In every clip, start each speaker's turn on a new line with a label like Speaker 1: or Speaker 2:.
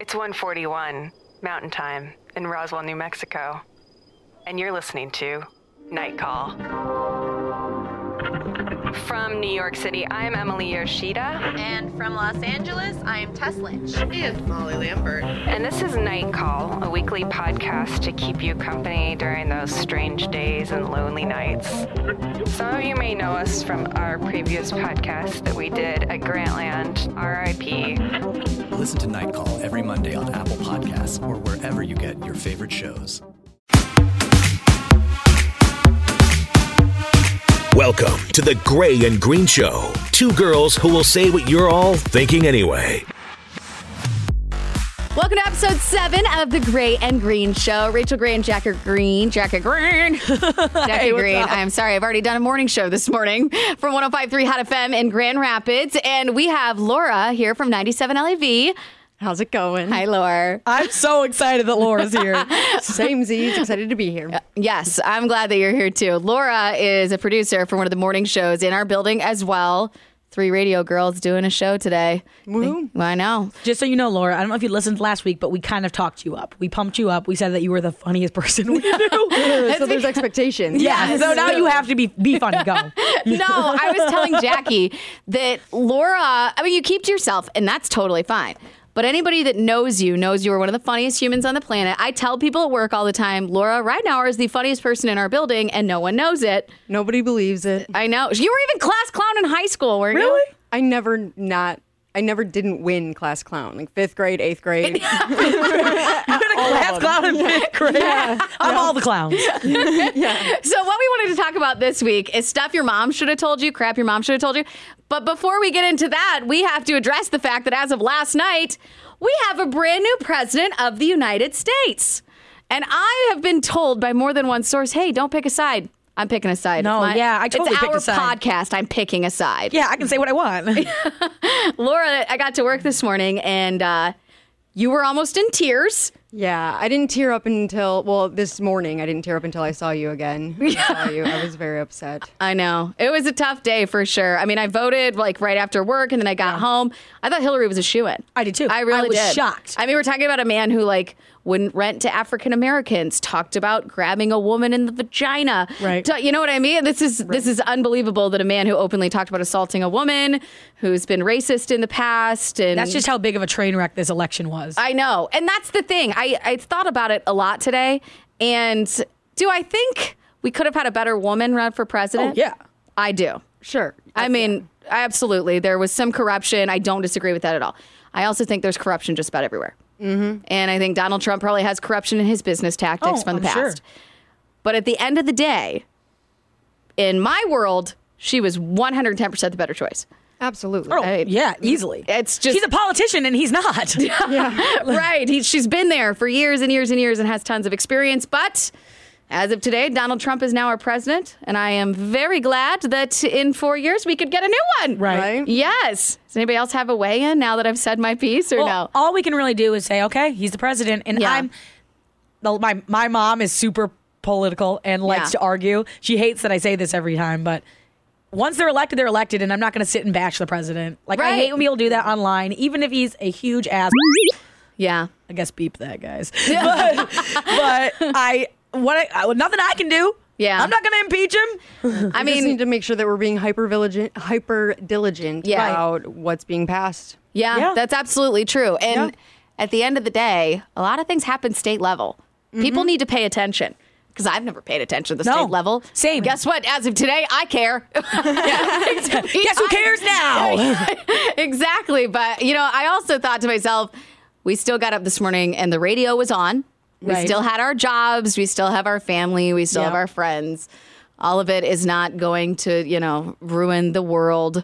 Speaker 1: It's 141 Mountain Time in Roswell, New Mexico. And you're listening to Night Call. From New York City, I'm Emily Yoshida,
Speaker 2: And from Los Angeles, I am Tess Lynch.
Speaker 3: And Molly Lambert.
Speaker 1: and this is Night Call, a weekly podcast to keep you company during those strange days and lonely nights. Some of you may know us from our previous podcast that we did at Grantland, RIP.
Speaker 4: Listen to Night Call every Monday on Apple Podcasts or wherever you get your favorite shows.
Speaker 5: Welcome to the Gray and Green Show. Two girls who will say what you're all thinking anyway.
Speaker 2: Welcome to episode seven of the Gray and Green Show. Rachel Gray and Jacker Green. Jacker Green. Jacker Green. I'm sorry. I've already done a morning show this morning from 1053 Hot FM in Grand Rapids. And we have Laura here from 97 LAV.
Speaker 6: How's it going?
Speaker 2: Hi, Laura.
Speaker 6: I'm so excited that Laura's here. Same Z's, E. excited to be here.
Speaker 2: Yes, I'm glad that you're here too. Laura is a producer for one of the morning shows in our building as well. Three radio girls doing a show today.
Speaker 6: Woo.
Speaker 2: I know.
Speaker 7: Just so you know, Laura, I don't know if you listened last week, but we kind of talked you up. We pumped you up. We said that you were the funniest person we knew.
Speaker 6: so there's expectations.
Speaker 7: yeah. So now you have to be be funny. Go.
Speaker 2: no, I was telling Jackie that Laura, I mean, you keep to yourself, and that's totally fine. But anybody that knows you knows you are one of the funniest humans on the planet. I tell people at work all the time, Laura Ridenauer is the funniest person in our building, and no one knows it.
Speaker 6: Nobody believes it.
Speaker 2: I know. You were even class clown in high school, weren't you?
Speaker 7: Really?
Speaker 6: I never not. I never didn't win class clown, like fifth grade, eighth grade.
Speaker 7: That's clown in fifth grade. I'm all the clowns.
Speaker 2: So, what we wanted to talk about this week is stuff your mom should have told you, crap your mom should have told you. But before we get into that, we have to address the fact that as of last night, we have a brand new president of the United States. And I have been told by more than one source, hey, don't pick a side. I'm picking a side.
Speaker 7: No,
Speaker 2: It's
Speaker 7: yeah, I totally
Speaker 2: It's
Speaker 7: picked
Speaker 2: our
Speaker 7: a side.
Speaker 2: podcast. I'm picking a side.
Speaker 7: Yeah, I can say what I want.
Speaker 2: Laura, I got to work this morning and uh, you were almost in tears.
Speaker 6: yeah, I didn't tear up until well this morning. I didn't tear up until I saw you again. I saw you. I was very upset.
Speaker 2: I know. It was a tough day for sure. I mean, I voted like right after work and then I got home. I thought Hillary was a shoe in.
Speaker 7: I did, too.
Speaker 2: I really
Speaker 7: I was
Speaker 2: did.
Speaker 7: shocked.
Speaker 2: I mean, we're talking about a man who like wouldn't rent to African Americans, talked about grabbing a woman in the vagina.
Speaker 7: Right.
Speaker 2: Ta- you know what I mean? This is this is unbelievable that a man who openly talked about assaulting a woman who's been racist in the past and
Speaker 7: That's just how big of a train wreck this election was.
Speaker 2: I know. And that's the thing. I, I thought about it a lot today. And do I think we could have had a better woman run for president?
Speaker 7: Oh, yeah.
Speaker 2: I do.
Speaker 6: Sure.
Speaker 2: I mean, absolutely. There was some corruption. I don't disagree with that at all. I also think there's corruption just about everywhere. Mm-hmm. And I think Donald Trump probably has corruption in his business tactics
Speaker 7: Oh,
Speaker 2: from the
Speaker 7: I'm sure.
Speaker 2: past. But at the end of the day, in my world, she was 110% the better choice.
Speaker 6: Absolutely.
Speaker 7: Oh,
Speaker 2: I-
Speaker 7: yeah, easily.
Speaker 2: It's just-
Speaker 7: he's a politician and he's not.
Speaker 2: right. He, she's been there for years and years and years and has tons of experience. But as of today, Donald Trump is now our president. And I am very glad that in four years we could get a new one.
Speaker 7: Right.
Speaker 6: Right?
Speaker 2: Yes. Does anybody else have a weigh in now that I've said my piece or
Speaker 7: Well,
Speaker 2: no?
Speaker 7: All we can really do is say, okay, he's the president, and
Speaker 2: Yeah.
Speaker 7: I'm. the- My my mom is super political and likes
Speaker 2: Yeah.
Speaker 7: to argue. She hates that I say this every time, but once they're elected, they're elected, and I'm not going to sit and bash the president. Like I
Speaker 2: Right.
Speaker 7: hate when people do that online, even if he's a huge ass.
Speaker 2: Yeah.
Speaker 7: I guess beep that, guys. But, but I what I, I- nothing I can do.
Speaker 2: Yeah.
Speaker 7: I'm not going to impeach him.
Speaker 2: I
Speaker 6: We just
Speaker 2: mean,
Speaker 6: need to make sure that we're being hyper diligent, hyper diligent
Speaker 2: Yeah.
Speaker 6: about what's being passed.
Speaker 2: yeah,
Speaker 7: Yeah.
Speaker 2: that's absolutely true. And
Speaker 6: Yeah.
Speaker 2: at the end of the day, a lot of things happen state level. People need to pay attention. Because I've never paid attention to the
Speaker 7: Mm-hmm. No.
Speaker 2: state level.
Speaker 7: Same.
Speaker 2: Guess what? As of today, I care.
Speaker 7: Guess who cares now?
Speaker 2: exactly. But you know, I also thought to myself, we still got up this morning and the radio was on. We
Speaker 7: Right.
Speaker 2: still had our jobs. We still have our family. We still have
Speaker 7: Yeah.
Speaker 2: our friends. All of it is not going to, you know, ruin the world.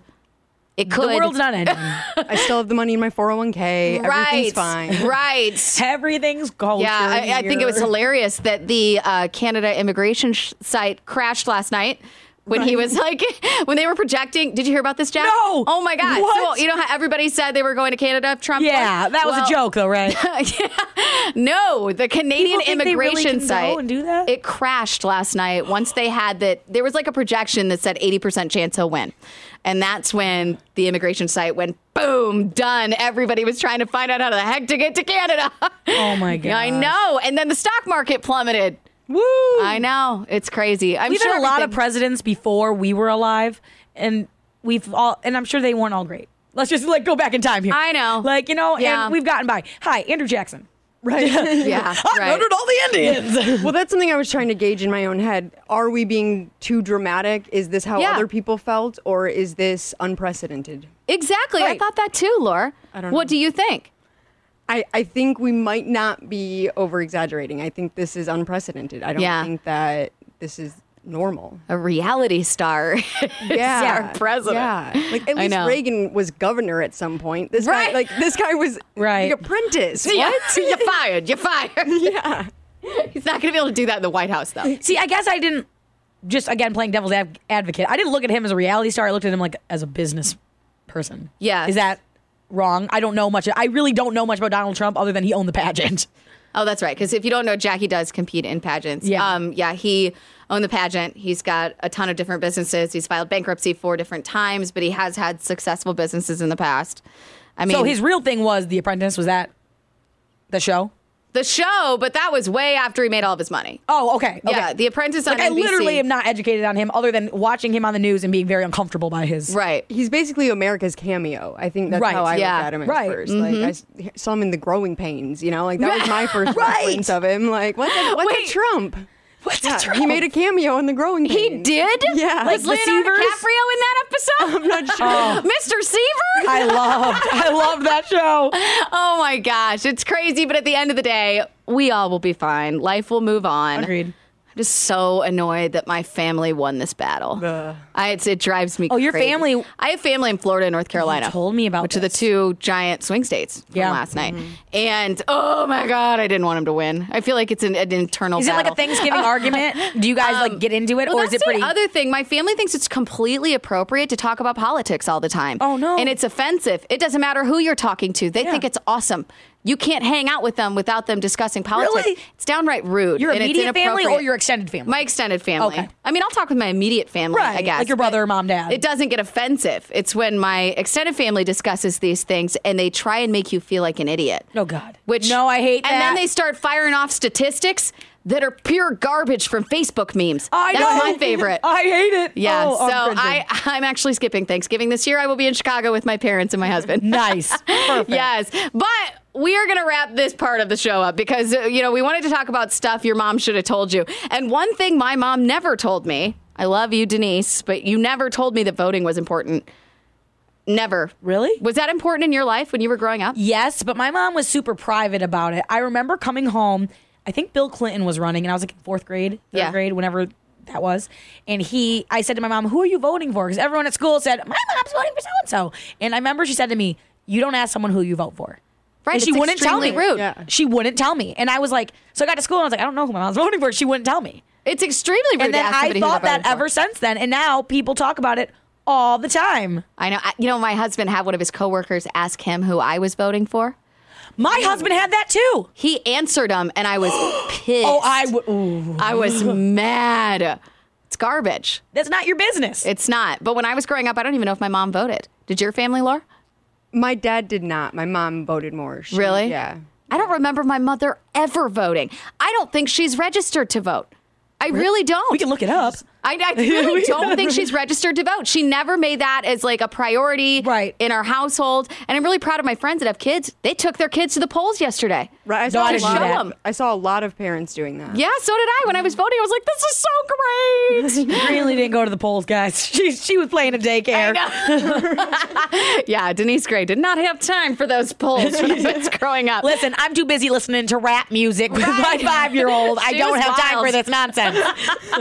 Speaker 2: It
Speaker 7: the
Speaker 2: could.
Speaker 7: world's not ending.
Speaker 6: I still have the money in my 401k. Everything's
Speaker 2: right.
Speaker 6: fine.
Speaker 2: Right.
Speaker 7: Everything's culture.
Speaker 2: Yeah, I, I think it was
Speaker 7: here.
Speaker 2: hilarious that the uh, Canada immigration sh- site crashed last night. when he was like when they were projecting. Did you hear about this, Jack?
Speaker 7: No!
Speaker 2: Oh my god.
Speaker 7: What?
Speaker 2: So you know how everybody said they were going to Canada. if Trump.
Speaker 7: Yeah,
Speaker 2: won?
Speaker 7: that was
Speaker 2: Well,
Speaker 7: a joke though, right?
Speaker 2: No, the Canadian
Speaker 7: People think they really
Speaker 2: immigration
Speaker 7: can go
Speaker 2: site.
Speaker 7: and do that?
Speaker 2: It crashed last night. Once they had that, there was like a projection that said 80% chance he'll win. And that's when the immigration site went boom, done. Everybody was trying to find out how the heck to get to Canada.
Speaker 7: Oh my god.
Speaker 2: I know. And then the stock market plummeted.
Speaker 7: Woo!
Speaker 2: I know. It's crazy. I'm
Speaker 7: We've
Speaker 2: sure
Speaker 7: had a lot of
Speaker 2: everything-
Speaker 7: presidents before we were alive, and we've all, and I'm sure they weren't all great. Let's just like go back in time here.
Speaker 2: I know.
Speaker 7: like you know,
Speaker 2: Yeah.
Speaker 7: and we've gotten by. Hi, Andrew Jackson. Right.
Speaker 2: Yeah,
Speaker 7: I
Speaker 2: right.
Speaker 7: murdered all the Indians.
Speaker 6: Well, that's something I was trying to gauge in my own head. Are we being too dramatic? Is this how
Speaker 2: Yeah.
Speaker 6: other people felt, or is this unprecedented?
Speaker 2: Exactly. I
Speaker 7: Right.
Speaker 2: thought that too, Laura.
Speaker 6: I don't
Speaker 2: What
Speaker 6: know.
Speaker 2: do you think?
Speaker 6: I, I think we might not be over exaggerating. I think this is unprecedented. I don't
Speaker 2: Yeah.
Speaker 6: think that this is normal.
Speaker 2: A reality star.
Speaker 6: Yeah,
Speaker 2: our president.
Speaker 6: Yeah, like at
Speaker 2: I
Speaker 6: least
Speaker 2: know.
Speaker 6: Reagan was governor at some point. This
Speaker 2: Right.
Speaker 6: guy, like this guy was
Speaker 7: Right.
Speaker 6: the apprentice.
Speaker 2: You're fired. You're fired. Yeah. He's not going to be able to do that in the White House, though.
Speaker 7: See, I guess I didn't. Just again, playing devil's ad- advocate, I didn't look at him as a reality star. I looked at him like as a business person.
Speaker 2: Yes.
Speaker 7: Is that wrong? I don't know much. I really don't know much about Donald Trump other than he owned the pageant.
Speaker 2: Oh, that's right. Because if you don't know, Jackie does compete in pageants.
Speaker 7: Yeah.
Speaker 2: Um, yeah, he owned the pageant. He's got a ton of different businesses. He's filed bankruptcy four different times, but he has had successful businesses in the past. I mean,
Speaker 7: so his real thing was The Apprentice. Was that the show?
Speaker 2: the show, but that was way after he made all of his money.
Speaker 7: Oh, okay. okay.
Speaker 2: Yeah, The Apprentice on
Speaker 7: Like I
Speaker 2: NBC.
Speaker 7: literally am not educated on him other than watching him on the news and being very uncomfortable by his.
Speaker 2: Right.
Speaker 6: He's basically America's cameo. I think that's
Speaker 7: Right,
Speaker 6: how I
Speaker 2: yeah.
Speaker 6: looked at him at
Speaker 7: Right,
Speaker 6: 1st Like I s- saw him in The Growing Pains. You know, like that was my first
Speaker 7: Right.
Speaker 6: reference of him. Like what's a, what's a
Speaker 2: Wait.
Speaker 6: Trump?
Speaker 7: What's
Speaker 6: Yeah,
Speaker 7: the Trump?
Speaker 6: He made a cameo in The Growing Pains.
Speaker 2: He did?
Speaker 6: Yeah.
Speaker 2: Was
Speaker 7: Like
Speaker 2: Leonardo
Speaker 7: Seavers?
Speaker 2: DiCaprio in that episode? I'm not sure. Mr. Seaver?
Speaker 7: I loved. I loved that show.
Speaker 2: Oh my gosh, it's crazy, but at the end of the day, we all will be fine. Life will move on.
Speaker 7: Agreed.
Speaker 2: I'm just so annoyed that my family won this battle. I, it's, it drives me.
Speaker 7: Oh, your
Speaker 2: crazy.
Speaker 7: family-
Speaker 2: I have family in Florida and North Carolina.
Speaker 7: told me about
Speaker 2: which are the
Speaker 7: this.
Speaker 2: two giant swing states from
Speaker 7: Yeah. Mm-hmm.
Speaker 2: last night. And oh my god, I didn't want him to win. I feel like it's an, an internal.
Speaker 7: Is it like a
Speaker 2: battle.
Speaker 7: Thanksgiving argument? Do you guys like get into it,
Speaker 2: Well,
Speaker 7: or is
Speaker 2: that's
Speaker 7: it pretty?
Speaker 2: the other thing? My family thinks it's completely appropriate to talk about politics all the time.
Speaker 7: Oh, no.
Speaker 2: And it's offensive. It doesn't matter who you're talking to. They
Speaker 7: Yeah.
Speaker 2: think it's awesome. You can't hang out with them without them discussing politics.
Speaker 7: Really?
Speaker 2: It's downright rude.
Speaker 7: your
Speaker 2: and it's
Speaker 7: immediate family or
Speaker 2: inappropriate.
Speaker 7: your extended family?
Speaker 2: My extended family.
Speaker 7: Okay.
Speaker 2: I mean, I'll talk with my immediate family, I
Speaker 7: Right,
Speaker 2: guess.
Speaker 7: like your brother,
Speaker 2: but
Speaker 7: mom, dad.
Speaker 2: It doesn't get offensive. It's when my extended family discusses these things and they try and make you feel like an idiot.
Speaker 7: Oh, God.
Speaker 2: Which
Speaker 7: No, I hate
Speaker 2: And then
Speaker 7: that.
Speaker 2: they start firing off statistics that are pure garbage from Facebook memes.
Speaker 7: I
Speaker 2: That's
Speaker 7: know.
Speaker 2: my favorite.
Speaker 7: I hate it.
Speaker 2: Yeah,
Speaker 7: Oh, I'm
Speaker 2: so
Speaker 7: cringing.
Speaker 2: I, I'm actually skipping Thanksgiving this year. I will be in Chicago with my parents and my husband.
Speaker 7: nice. Perfect.
Speaker 2: Yes, but we are going to wrap this part of the show up because uh, you know we wanted to talk about stuff your mom should have told you. And one thing my mom never told me. I love you, Denise, but you never told me that voting was important. Never.
Speaker 7: Really?
Speaker 2: Was that important in your life when you were growing up?
Speaker 7: Yes, but my mom was super private about it. I remember coming home. I think Bill Clinton was running, and I was like in fourth grade, third
Speaker 2: Yeah.
Speaker 7: grade, whenever that was. And he, I said to my mom, "Who are you voting for?" Because everyone at school said, "My mom's voting for so and so." And I remember she said to me, "You don't ask someone who you vote for."
Speaker 2: Right,
Speaker 7: And she
Speaker 2: it's
Speaker 7: wouldn't tell me.
Speaker 2: extremely rude.
Speaker 6: Yeah.
Speaker 7: She wouldn't tell me. And I was like, so I got to school and I was like, I don't know who my mom's voting for. She wouldn't tell me.
Speaker 2: It's extremely rude.
Speaker 7: And
Speaker 2: to
Speaker 7: then
Speaker 2: ask
Speaker 7: I
Speaker 2: somebody who
Speaker 7: thought
Speaker 2: they're
Speaker 7: that
Speaker 2: voting for.
Speaker 7: ever since then. And now people talk about it all the time.
Speaker 2: I know. I, you know, my husband had one of his coworkers ask him who I was voting for.
Speaker 7: My husband had that too.
Speaker 2: He answered him, and I was pissed.
Speaker 7: Oh, I w- ooh.
Speaker 2: I was mad. It's garbage.
Speaker 7: That's not your business.
Speaker 2: It's not. But when I was growing up, I don't even know if my mom voted. Did your family, Laura?
Speaker 6: My dad did not. My mom voted more. She-
Speaker 2: Really?
Speaker 6: Yeah.
Speaker 2: I don't remember my mother ever voting. I don't think she's registered to vote. I really don't.
Speaker 7: we can look it up.
Speaker 2: I, I really don't think she's registered to vote. She never made that as like a priority
Speaker 7: Right.
Speaker 2: in our household. And I'm really proud of my friends that have kids. They took their kids to the polls yesterday.
Speaker 6: Right. I
Speaker 7: No,
Speaker 6: saw,
Speaker 7: I
Speaker 6: a
Speaker 7: didn't do
Speaker 6: lot
Speaker 7: that.
Speaker 6: of, I saw a lot of parents doing that.
Speaker 2: Yeah, so did I. When I was voting, I was like, this is so great.
Speaker 7: really didn't go to the polls, guys. She she was playing a daycare.
Speaker 2: Yeah, Denise Gray did not have time for those polls when I was growing up.
Speaker 7: Listen, I'm too busy listening to rap music with my five year old. I
Speaker 2: She
Speaker 7: don't
Speaker 2: was
Speaker 7: have time
Speaker 2: wild.
Speaker 7: for this nonsense.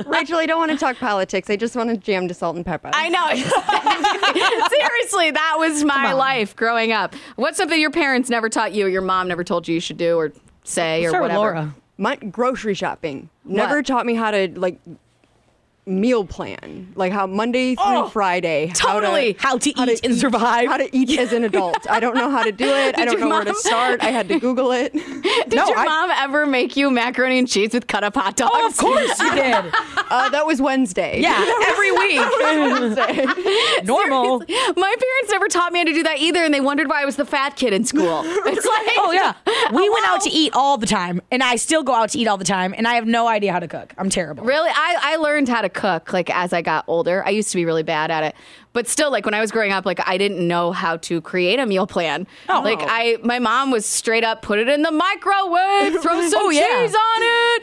Speaker 6: Rachel, I don't want to talk politics. I just want to jam to salt and pepper.
Speaker 2: I know. Seriously, that was my life growing up. What's something your parents never taught you, or your mom never told you you should do, or say, or whatever?
Speaker 6: My grocery shopping never
Speaker 2: What?
Speaker 6: taught me how to like meal plan, like how Monday through
Speaker 7: Oh,
Speaker 6: Friday,
Speaker 7: totally. How
Speaker 6: how
Speaker 7: to
Speaker 6: to,
Speaker 7: eat and survive.
Speaker 6: how to eat as an adult. I don't know how to do it.
Speaker 2: Did
Speaker 6: I don't
Speaker 2: your
Speaker 6: know where to
Speaker 2: mom-
Speaker 6: start. I had to Google it.
Speaker 2: Did your mom ever make you macaroni and cheese with cut up hot dogs?
Speaker 7: Oh, of course you did.
Speaker 6: uh, that was Wednesday.
Speaker 7: Yeah, every week. Normal.
Speaker 2: My parents never taught me how to do that either, and they wondered why I was the fat kid in school. It's like,
Speaker 7: Oh yeah, we went out to eat all the time, and I still go out to eat all the time, and I have no idea how to cook. I'm terrible.
Speaker 2: Really, I, I learned how to cook like as I got older. I used to be really bad at it, but still, like when I was growing up, like I didn't know how to create a meal plan.
Speaker 7: Oh.
Speaker 2: Like I, my mom was straight up put it in the microwave, throw some
Speaker 7: Oh, yeah.
Speaker 2: cheese on it.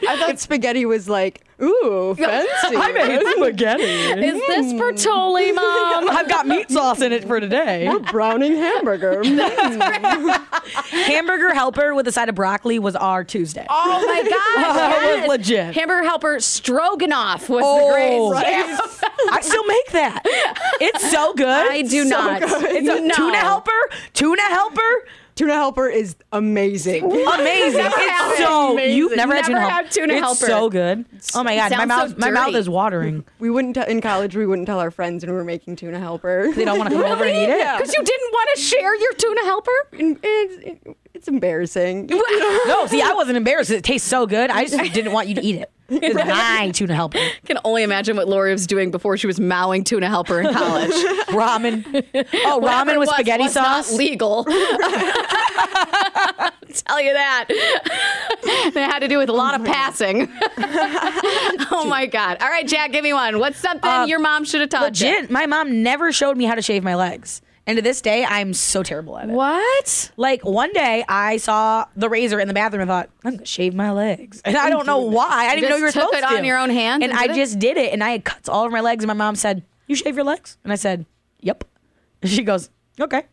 Speaker 6: I thought spaghetti was like, ooh, fancy.
Speaker 7: I made spaghetti.
Speaker 2: Is this Bertoli, mom?
Speaker 7: Hmm. I've got meat sauce in it for today.
Speaker 6: browning hamburger. Hmm.
Speaker 7: Hamburger helper with a side of broccoli was our Tuesday.
Speaker 2: Oh my gosh! yes.
Speaker 7: legit.
Speaker 2: Hamburger helper stroganoff was the
Speaker 7: Oh,
Speaker 2: greatest.
Speaker 7: yes. I still make that. It's so good.
Speaker 2: I do
Speaker 7: So
Speaker 2: not.
Speaker 7: good. It's a
Speaker 2: No.
Speaker 7: tuna helper. Tuna helper.
Speaker 6: Tuna helper is amazing.
Speaker 7: Amazing.
Speaker 2: had
Speaker 7: It's
Speaker 2: it.
Speaker 7: so you've never, had
Speaker 2: Never
Speaker 7: tuna, helper.
Speaker 2: had tuna
Speaker 7: it's
Speaker 2: helper.
Speaker 7: so good. Oh my god, my
Speaker 2: Sounds so
Speaker 7: mouth my mouth
Speaker 2: dirty.
Speaker 7: is watering.
Speaker 6: We wouldn't tell in college. We wouldn't tell our friends when we were making tuna helper.
Speaker 7: They don't want to come over and eat it.
Speaker 2: Because you didn't want to share your tuna helper.
Speaker 7: Mm, eh,
Speaker 6: it's, it's embarrassing.
Speaker 7: No, see, I wasn't embarrassed. It tastes so good. I just didn't want you to eat it. It's my tuna helper.
Speaker 2: can only imagine what Lori was doing before she was mowing tuna helper in college.
Speaker 7: Ramen. Oh,
Speaker 2: Whatever
Speaker 7: ramen
Speaker 2: it
Speaker 7: with
Speaker 2: was
Speaker 7: spaghetti
Speaker 2: was
Speaker 7: sauce.
Speaker 2: Not legal. I'll tell you that. it had to do with a lot
Speaker 7: Mm-hmm.
Speaker 2: of passing. oh my god! All right, Jack, give me one. What's something your mom should have taught you?
Speaker 7: Um, Legit, my mom never showed me how to shave my legs. And to this day, I'm so terrible at it.
Speaker 2: What?
Speaker 7: Like one day, I saw the razor in the bathroom and thought, I'm gonna shave my legs. And I don't know why. I didn't even know
Speaker 2: Oh just
Speaker 7: you were
Speaker 2: took
Speaker 7: supposed
Speaker 2: it on
Speaker 7: to.
Speaker 2: your own hands
Speaker 7: And,
Speaker 2: and
Speaker 7: I
Speaker 2: did it?
Speaker 7: just did it, and I had cuts all over my legs. And my mom said, "You shave your legs?" And I said, "Yep." And she goes, "Okay."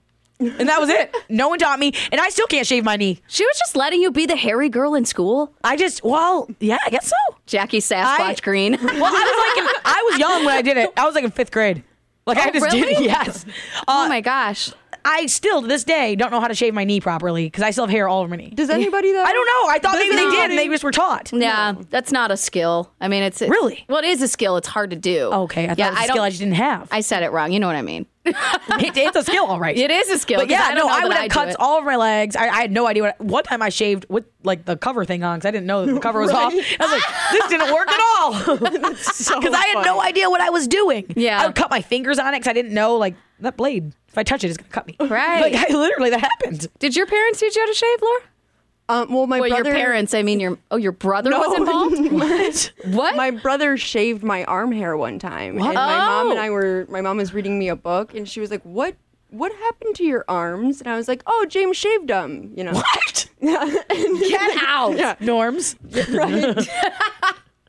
Speaker 7: And that was it. No one taught me, and I still can't shave my knee.
Speaker 2: She was just letting you be the hairy girl in school,
Speaker 7: I just, well, yeah, I guess so.
Speaker 2: Jackie Sasquatch
Speaker 7: I-
Speaker 2: Green.
Speaker 7: Well, I was like, in, I was young when I did it. I was like in fifth grade. Like I
Speaker 2: Oh,
Speaker 7: just did it.
Speaker 2: really?
Speaker 7: Yes.
Speaker 2: oh
Speaker 7: Uh,
Speaker 2: my gosh!
Speaker 7: I still to this day don't know how to shave my knee properly because I still have hair all over my knee.
Speaker 6: Does anybody though?
Speaker 7: I don't know. I thought
Speaker 6: Does
Speaker 7: maybe they did.
Speaker 6: anybody?
Speaker 7: Maybe we just were taught.
Speaker 2: Yeah, that's not a skill. I mean, it's, it's
Speaker 7: Really?
Speaker 2: well, it is a skill. It's hard to do.
Speaker 7: Okay, I thought
Speaker 2: yeah,
Speaker 7: it was a
Speaker 2: I
Speaker 7: skill
Speaker 2: don't-
Speaker 7: I just didn't have.
Speaker 2: I said it wrong. You know what I mean.
Speaker 7: It- it's a skill, all right.
Speaker 2: It is a skill,
Speaker 7: But
Speaker 2: 'cause
Speaker 7: yeah,
Speaker 2: I don't
Speaker 7: no,
Speaker 2: know
Speaker 7: I
Speaker 2: that
Speaker 7: would
Speaker 2: I
Speaker 7: have
Speaker 2: do
Speaker 7: cuts
Speaker 2: it.
Speaker 7: all over my legs. I, I had no idea what. One time I shaved with like the cover thing on because I didn't know the cover was off. I was like, this didn't work at all because
Speaker 6: So
Speaker 7: I had no
Speaker 6: funny.
Speaker 7: idea what I was doing.
Speaker 2: Yeah.
Speaker 7: I would cut my fingers on it because I didn't know like that blade. If I touch it, it's gonna cut me.
Speaker 2: Right.
Speaker 7: Like I literally that happened.
Speaker 2: Did your parents teach you how to shave, Laura?
Speaker 6: Um, well, my
Speaker 2: Well,
Speaker 6: brother.
Speaker 2: your parents. I mean, your oh, your brother was involved.
Speaker 6: what?
Speaker 2: What?
Speaker 6: My brother shaved my arm hair one time, and my mom and
Speaker 2: Oh.
Speaker 6: I were. My mom was reading me a book, and she was like, "What? What happened to your arms?" And I was like, "Oh, James shaved them." You know.
Speaker 7: What?
Speaker 2: Get out.
Speaker 7: Norms.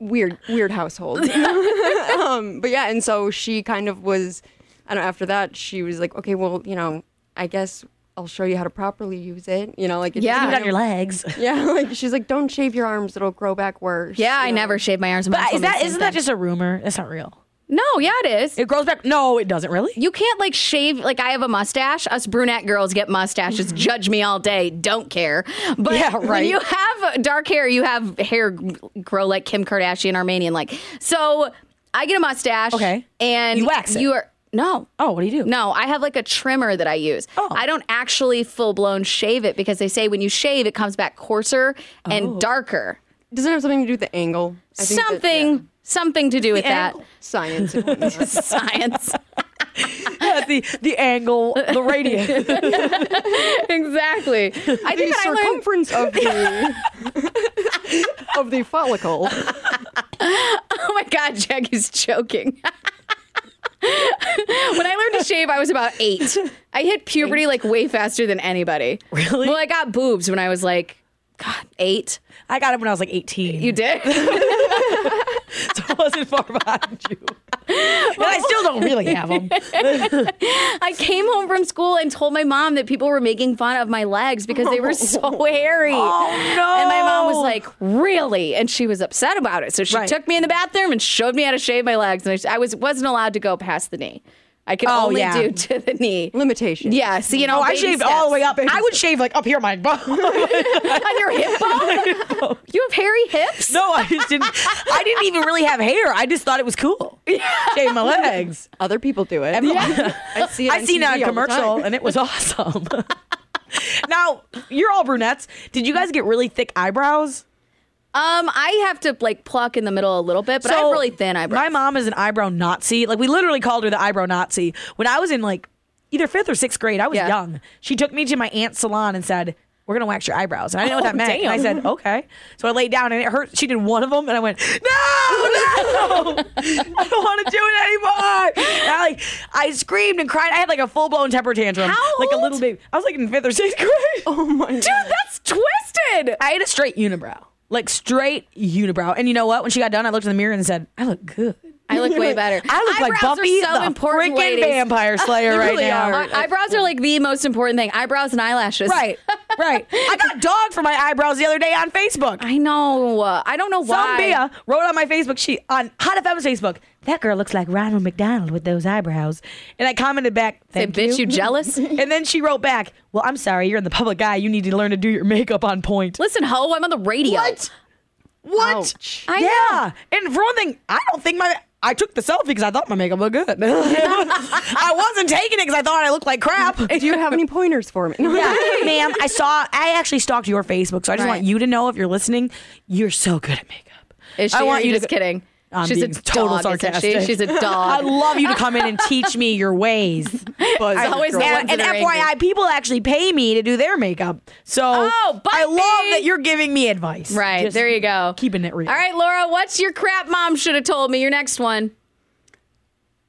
Speaker 6: weird weird household um, but yeah and so she kind of was i don't know after that she was like okay well you know i guess i'll show you how to properly use it you know like it-
Speaker 2: Yeah.
Speaker 7: Put it on your legs.
Speaker 6: yeah like she's like don't shave your arms it'll grow back worse
Speaker 2: Yeah,
Speaker 6: you
Speaker 2: I
Speaker 6: know.
Speaker 2: never shaved my arms.
Speaker 7: But is that isn't that just a rumor? That's not real.
Speaker 2: no? Yeah, it is.
Speaker 7: It grows back. No, it doesn't really.
Speaker 2: you can't like shave like I have a mustache. Us brunette girls get mustaches. Judge me all day. Don't care. But
Speaker 7: Mm-hmm. Yeah, right.
Speaker 2: when you have dark hair, you have hair g- grow like Kim Kardashian, Armenian like. So I get a mustache.
Speaker 7: Okay.
Speaker 2: and
Speaker 7: You wax it.
Speaker 2: You are no.
Speaker 7: Oh, what do you do?
Speaker 2: No, I have like a trimmer that I use.
Speaker 7: Oh.
Speaker 2: I don't actually full blown shave it because they say when you shave, it comes back coarser and
Speaker 7: Oh.
Speaker 2: darker.
Speaker 6: does it have something to do with the angle I think that-
Speaker 2: Something,
Speaker 6: yeah.
Speaker 2: something to do with that.
Speaker 6: science and whatnot.
Speaker 2: Science.
Speaker 7: That's the the angle, the radius.
Speaker 2: exactly. I
Speaker 6: the
Speaker 2: think I learned.
Speaker 6: circumference of the of the follicle
Speaker 2: Oh my God, Jackie's choking. when I learned to shave, I was about eight. I hit puberty like way faster than anybody.
Speaker 7: Really?
Speaker 2: Well, I got boobs when I was like, God, eight.
Speaker 7: I got it when I was like 18.
Speaker 2: You did?
Speaker 7: so I wasn't far behind you. and I still don't really have them.
Speaker 2: I came home from school and told my mom that people were making fun of my legs because they were so hairy.
Speaker 7: Oh, no.
Speaker 2: And my mom was like, "Really?" And she was upset about it. So she
Speaker 7: Right.
Speaker 2: took me in the bathroom and showed me how to shave my legs. And I, I was wasn't allowed to go past the knee. I can
Speaker 7: Oh,
Speaker 2: only
Speaker 7: yeah.
Speaker 2: do to the knee.
Speaker 6: Limitations.
Speaker 2: Yeah, so you know,
Speaker 7: Oh, I
Speaker 2: baby
Speaker 7: shaved all the way
Speaker 2: steps.
Speaker 7: up. I would shave like up here my butt.
Speaker 2: on your hip bone. you have hairy hips.
Speaker 7: No, I just didn't. I didn't even really have hair. I just thought it was cool. Shave my legs.
Speaker 6: Other people do it. I see it.
Speaker 7: I
Speaker 6: on
Speaker 7: seen
Speaker 6: TV
Speaker 7: a
Speaker 6: all the
Speaker 7: commercial
Speaker 6: time.
Speaker 7: and it was awesome. now you're all brunettes. Did you guys get really thick eyebrows?
Speaker 2: Um, I have to like pluck in the middle a little bit, but I have really thin eyebrows.
Speaker 7: My mom is an eyebrow Nazi. Like we literally called her the eyebrow Nazi when I was in like either fifth or sixth grade. I was
Speaker 2: Yeah.
Speaker 7: young. She took me to my aunt's salon and said. We're gonna wax your eyebrows, and I didn't know
Speaker 2: Oh,
Speaker 7: what that meant. And I said, "Okay." So I laid down, and it hurt. She did one of them, and I went, "No, no, I don't want to do it anymore." And I like, I screamed and cried. I had like a full blown temper tantrum,
Speaker 2: How
Speaker 7: like a
Speaker 2: old?
Speaker 7: little baby. I was like in fifth or sixth grade.
Speaker 6: Oh my god.
Speaker 7: Dude, that's twisted. I had a straight unibrow. Like straight unibrow. And you know what? When she got done, I looked in the mirror and said, I look good.
Speaker 2: I look way better.
Speaker 7: I look like
Speaker 2: Eyebrows are
Speaker 7: Buffy
Speaker 2: so
Speaker 7: the
Speaker 2: important,
Speaker 7: freaking
Speaker 2: ladies.
Speaker 7: vampire slayer
Speaker 2: They
Speaker 7: right
Speaker 2: really
Speaker 7: now.
Speaker 2: are. Eyebrows are like the most important thing. Eyebrows and eyelashes.
Speaker 7: Right. Right. I got dog for my eyebrows the other day on Facebook.
Speaker 2: I know. I don't know why.
Speaker 7: Some Bea wrote on my Facebook sheet on Hot FM's Facebook. That girl looks like Ronald McDonald with those eyebrows. And I commented back,
Speaker 2: Say,
Speaker 7: "Thank
Speaker 2: bitch, you jealous?
Speaker 7: And then she wrote back, "Well, I'm sorry, you're in the public eye. You need to learn to do your makeup on point."
Speaker 2: Listen, ho, I'm on the radio.
Speaker 7: What? What?
Speaker 6: Ouch.
Speaker 2: I
Speaker 7: yeah. And for one thing, I don't think my I took the selfie because I thought my makeup looked good. I wasn't taking it because I thought I looked like crap.
Speaker 6: Do you have any pointers for me?
Speaker 7: Yeah, ma'am. I saw. I actually stalked your Facebook, so I just
Speaker 2: Right.
Speaker 7: want you to know if you're listening, you're so good at makeup.
Speaker 2: Is she?
Speaker 7: I want
Speaker 2: are you
Speaker 7: to
Speaker 2: just
Speaker 7: go-
Speaker 2: kidding.
Speaker 7: I'm
Speaker 2: She's a
Speaker 7: being total
Speaker 2: dog, isn't
Speaker 7: sarcastic.
Speaker 2: she? She's a dog.
Speaker 7: I'd love you to come in and teach me your ways.
Speaker 6: Buzz
Speaker 2: I always
Speaker 6: control.
Speaker 2: know
Speaker 7: And, and
Speaker 2: that are
Speaker 7: FYI,
Speaker 2: angry.
Speaker 7: people actually pay me to do their makeup. So
Speaker 2: Oh, bite
Speaker 7: I love
Speaker 2: me.
Speaker 7: that you're giving me advice.
Speaker 2: Right.
Speaker 7: Just
Speaker 2: there you go.
Speaker 7: Keeping it real.
Speaker 2: All right, Laura, what's your crap mom should have told me? Your next one.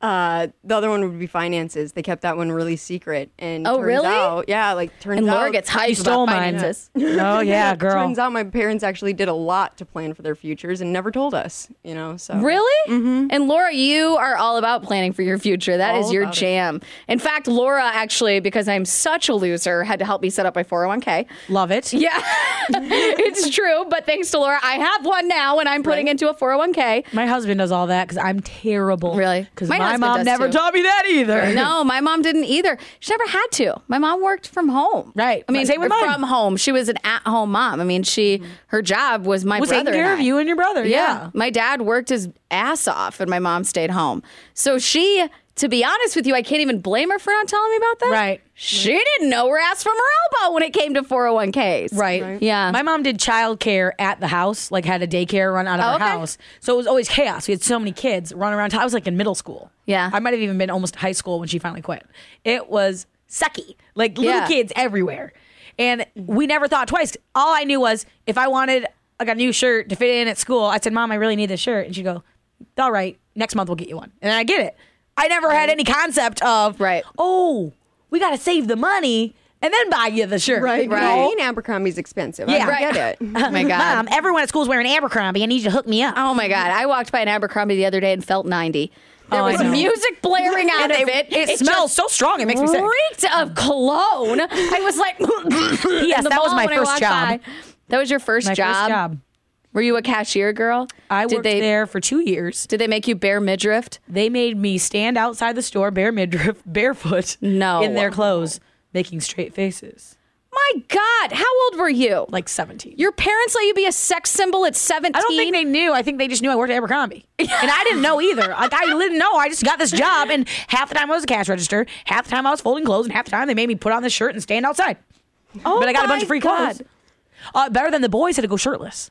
Speaker 6: Uh, the other one would be finances. They kept that one really secret. And
Speaker 2: Oh,
Speaker 6: turns
Speaker 2: really?
Speaker 6: out- yeah, like turns
Speaker 2: And Laura
Speaker 6: out-
Speaker 2: gets hyped
Speaker 7: You stole
Speaker 2: about
Speaker 7: mine.
Speaker 2: finances.
Speaker 7: Oh yeah, girl.
Speaker 6: Turns out my parents actually did a lot to plan for their futures and never told us. You know, so
Speaker 2: Really?
Speaker 7: Mm-hmm.
Speaker 2: And Laura, you are all about planning for your future. That is
Speaker 6: All
Speaker 2: your
Speaker 6: about it.
Speaker 2: jam. In fact, Laura actually, because I'm such a loser, had to help me set up my 401k.
Speaker 7: Love it.
Speaker 2: Yeah, it's true. But thanks to Laura, I have one now, and I'm putting into a 401k.
Speaker 7: My husband does all that because I'm terrible.
Speaker 2: Really?
Speaker 7: Because
Speaker 2: My
Speaker 7: my,
Speaker 2: husband
Speaker 7: mom
Speaker 2: does
Speaker 7: never
Speaker 2: too.
Speaker 7: taught me that either.
Speaker 2: No, my mom didn't either. She never had to. My mom worked from home.
Speaker 7: Right.
Speaker 2: I mean,
Speaker 7: Same with mine. Mm-hmm.
Speaker 2: from home. She was an at-home mom. I mean, she her job was my
Speaker 7: Was taking
Speaker 2: brother.
Speaker 7: care
Speaker 2: and
Speaker 7: of
Speaker 2: I.
Speaker 7: you and your brother. Yeah.
Speaker 2: My dad worked his ass off and my mom stayed home. So she, to be honest with you, I can't even blame her for not telling me about that.
Speaker 7: Right.
Speaker 2: She didn't know her ass from her elbow when it came to 401ks.
Speaker 7: Right.
Speaker 2: Yeah.
Speaker 7: My mom did childcare at the house, like had a daycare run out of
Speaker 2: Oh,
Speaker 7: our
Speaker 2: okay.
Speaker 7: house. So it was always chaos. We had so many kids run around. I was like in middle school.
Speaker 2: Yeah.
Speaker 7: I might have even been almost high school when she finally quit. It was sucky. Like little
Speaker 2: Yeah.
Speaker 7: kids everywhere. And we never thought twice. All I knew was if I wanted like a new shirt to fit in at school, I said, Mom, I really need this shirt. And she'd go, All right, next month we'll get you one. And I get it. I never had any concept of,
Speaker 2: Right.
Speaker 7: oh, we got to save the money and then buy you the shirt.
Speaker 6: right,
Speaker 7: You
Speaker 2: Right.
Speaker 7: know?
Speaker 6: Jane Abercrombie's expensive.
Speaker 7: Yeah.
Speaker 6: I
Speaker 7: Right.
Speaker 6: get it.
Speaker 2: oh my God.
Speaker 7: Mom, Um, everyone at school's wearing Abercrombie. I need you to hook me up.
Speaker 2: oh my God. I walked by an Abercrombie the other day and felt 90. There
Speaker 7: Oh, I
Speaker 2: was
Speaker 7: know.
Speaker 2: music blaring out
Speaker 7: And
Speaker 2: of
Speaker 7: it-
Speaker 2: it.
Speaker 7: it
Speaker 2: just
Speaker 7: smells so strong, it makes me sick.
Speaker 2: Reeked of cologne. I was like,
Speaker 7: Yes,
Speaker 2: in the
Speaker 7: that was
Speaker 2: mall
Speaker 7: my
Speaker 2: when I
Speaker 7: first
Speaker 2: walked
Speaker 7: job.
Speaker 2: by. That was your first
Speaker 7: My
Speaker 2: job.
Speaker 7: first job.
Speaker 2: Were you a cashier girl?
Speaker 7: I
Speaker 2: did
Speaker 7: worked
Speaker 2: they,
Speaker 7: there for two years.
Speaker 2: Did they make you bare midriff?
Speaker 7: They made me stand outside the store bare midriff, barefoot,
Speaker 2: No.
Speaker 7: in their clothes, making straight faces.
Speaker 2: My God, how old were you?
Speaker 7: Like seventeen.
Speaker 2: Your parents let you be a sex symbol at 17?
Speaker 7: I don't think they knew. I think they just knew I worked at Abercrombie, and I didn't know either. Like I didn't know. I just got this job, and half the time I was a cash register, half the time I was folding clothes, and half the time they made me put on this shirt and stand outside.
Speaker 2: Oh
Speaker 7: but I got a bunch
Speaker 2: my
Speaker 7: of free
Speaker 2: God.
Speaker 7: clothes. Uh, better than the boys had to go shirtless.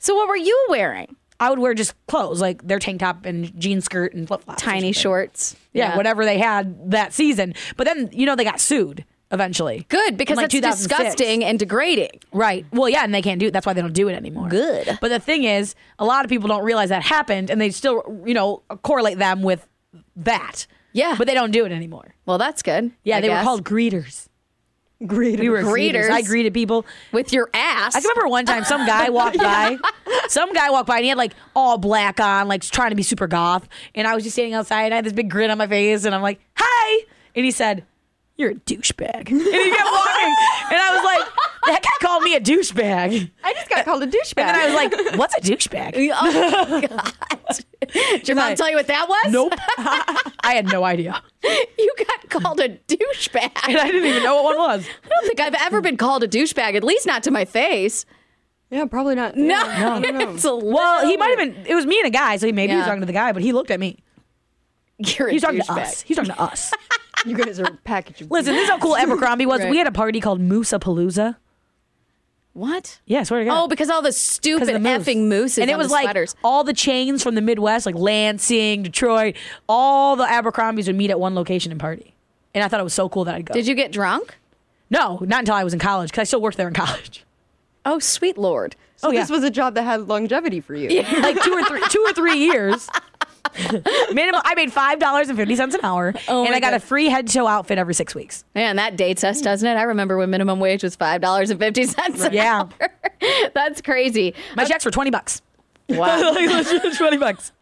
Speaker 2: So what were you wearing?
Speaker 7: I would wear just clothes like their tank top and jean skirt and flip flops,
Speaker 2: Tiny shorts.
Speaker 7: yeah, whatever they had that season. But then you know they got sued eventually.
Speaker 2: Good, because
Speaker 7: In, like,
Speaker 2: that's
Speaker 7: 2006.
Speaker 2: disgusting and degrading.
Speaker 7: Right. Well, yeah, and they can't do it. That's why they don't do it anymore.
Speaker 2: Good.
Speaker 7: But the thing is, a lot of people don't realize that happened, and they still you know correlate them with that.
Speaker 2: Yeah.
Speaker 7: But they don't do it anymore.
Speaker 2: Well, that's good.
Speaker 7: Yeah,
Speaker 2: I
Speaker 7: they
Speaker 2: guess.
Speaker 7: were called greeters.
Speaker 6: Great.
Speaker 7: We were
Speaker 2: Greeters?
Speaker 7: greeters. I greeted people.
Speaker 2: with your ass.
Speaker 7: I can remember one time some guy walked by. Some guy walked by and he had like all black on, like trying to be super goth. And I was just standing outside and I had this big grin on my face and I'm like, hi. And he said, you're a douchebag. And he kept walking. And I was like, that guy called me a douchebag.
Speaker 6: I just got called a douchebag.
Speaker 7: And then I was like, what's a douchebag?
Speaker 2: oh Did your mom
Speaker 7: I-
Speaker 2: tell you what that was?
Speaker 7: Nope. I had no idea.
Speaker 2: You got called a douchebag.
Speaker 7: And I didn't even know what one was.
Speaker 2: I don't think I've ever been called a douchebag, at least not to my face.
Speaker 6: Yeah, probably not.
Speaker 2: No,
Speaker 6: Yeah, I don't know.
Speaker 2: it's a
Speaker 7: Well, he
Speaker 2: little-
Speaker 7: might have been. It was me and a guy, so he maybe he was
Speaker 2: Yeah.
Speaker 7: talking to the guy, but he looked at me.
Speaker 2: You're a
Speaker 7: He was talking to
Speaker 2: douchebag.
Speaker 7: us. He's talking to us.
Speaker 6: you guys are a package of
Speaker 7: Listen, this is how cool Abercrombie was.
Speaker 2: Right.
Speaker 7: We had a party called Moosa Palooza.
Speaker 2: What?
Speaker 7: Yeah, I swear to God.
Speaker 2: Oh, because all the stupid effing mooses
Speaker 7: and it
Speaker 2: on
Speaker 7: was
Speaker 2: the
Speaker 7: like
Speaker 2: sweaters.
Speaker 7: all the chains from the Midwest, like Lansing, Detroit, all the Abercrombies would meet at one location and party. And I thought it was so cool that I'd go.
Speaker 2: Did you get drunk?
Speaker 7: No, not until I was in college because I still worked there in college.
Speaker 2: Oh, sweet lord!
Speaker 6: So
Speaker 7: oh, yeah.
Speaker 6: this was a job that had longevity for you.
Speaker 7: like two or three, two or three years. Minimum. I made five dollars and fifty cents an hour,
Speaker 2: Oh
Speaker 7: and
Speaker 2: my
Speaker 7: I got
Speaker 2: God.
Speaker 7: a free head to toe outfit every six weeks.
Speaker 2: Man, that dates us, doesn't it? I remember when minimum wage was five dollars and fifty cents.
Speaker 7: Yeah.
Speaker 2: that's crazy.
Speaker 7: My checks were twenty bucks.
Speaker 2: Wow.
Speaker 7: Like, legit, twenty bucks.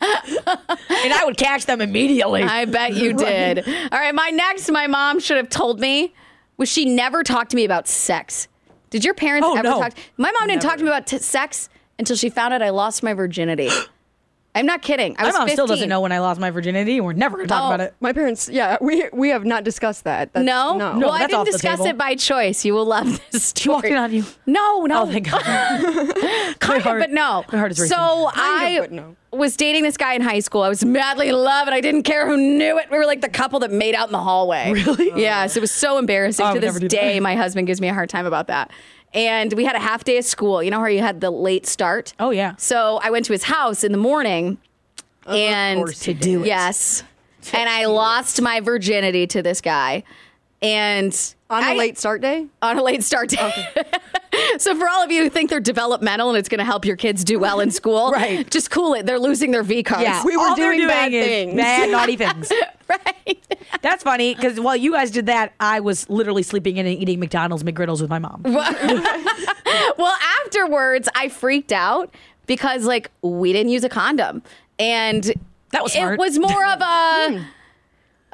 Speaker 7: and I would cash them immediately.
Speaker 2: I bet you did. All right, my next, my mom should have told me was she never talked to me about sex. Did your parents
Speaker 7: Oh,
Speaker 2: ever
Speaker 7: no.
Speaker 2: talk? My mom didn't talk to me about t- sex until she found out I lost my virginity. I'm not kidding. I
Speaker 7: my
Speaker 2: was
Speaker 7: mom still
Speaker 2: 15.
Speaker 7: doesn't know when I lost my virginity. We're never gonna talk
Speaker 2: Oh.
Speaker 7: about it.
Speaker 6: My parents, yeah, we we have not discussed that. That's,
Speaker 2: No,
Speaker 6: no.
Speaker 2: Well, I
Speaker 7: that's
Speaker 2: didn't
Speaker 7: off the
Speaker 2: discuss
Speaker 7: table.
Speaker 2: it by choice. You will love this story.
Speaker 7: She walked in on you.
Speaker 2: No, no.
Speaker 7: Oh, thank God. kind
Speaker 2: Yeah, but no.
Speaker 7: My heart is racing.
Speaker 2: So
Speaker 6: Kind
Speaker 2: I
Speaker 6: of, but no.
Speaker 2: was dating this guy in high school. I was madly in love, and I didn't care who knew it. We were like the couple that made out in the hallway. Really? Yes. It was so embarrassing. to
Speaker 7: I would
Speaker 2: this
Speaker 7: Oh, never do that.
Speaker 2: day, my husband gives me a hard time about that. And we had a half day of school. You know where you had the late start.
Speaker 7: Oh, yeah.
Speaker 2: So I went to his house in the morning, and
Speaker 7: course you To do it.
Speaker 2: Yes. And I lost my virginity to this guy, and
Speaker 6: On a
Speaker 2: I-
Speaker 6: late start day?
Speaker 2: on a late start date. so for all of you who think they're developmental and it's going to help your kids do well in school,
Speaker 7: Right.
Speaker 2: Just cool it. They're losing their V cards.
Speaker 7: Yeah,
Speaker 6: We were
Speaker 7: all they're
Speaker 6: doing bad
Speaker 7: is
Speaker 6: things.
Speaker 7: bad naughty things.
Speaker 2: right.
Speaker 7: That's funny because while you guys did that, I was literally sleeping in and eating McDonald's McGriddles with my mom.
Speaker 2: Well, afterwards, I freaked out because like we didn't use a condom, and
Speaker 7: That was
Speaker 2: It
Speaker 7: smart.
Speaker 2: was more of
Speaker 7: Hmm.
Speaker 2: a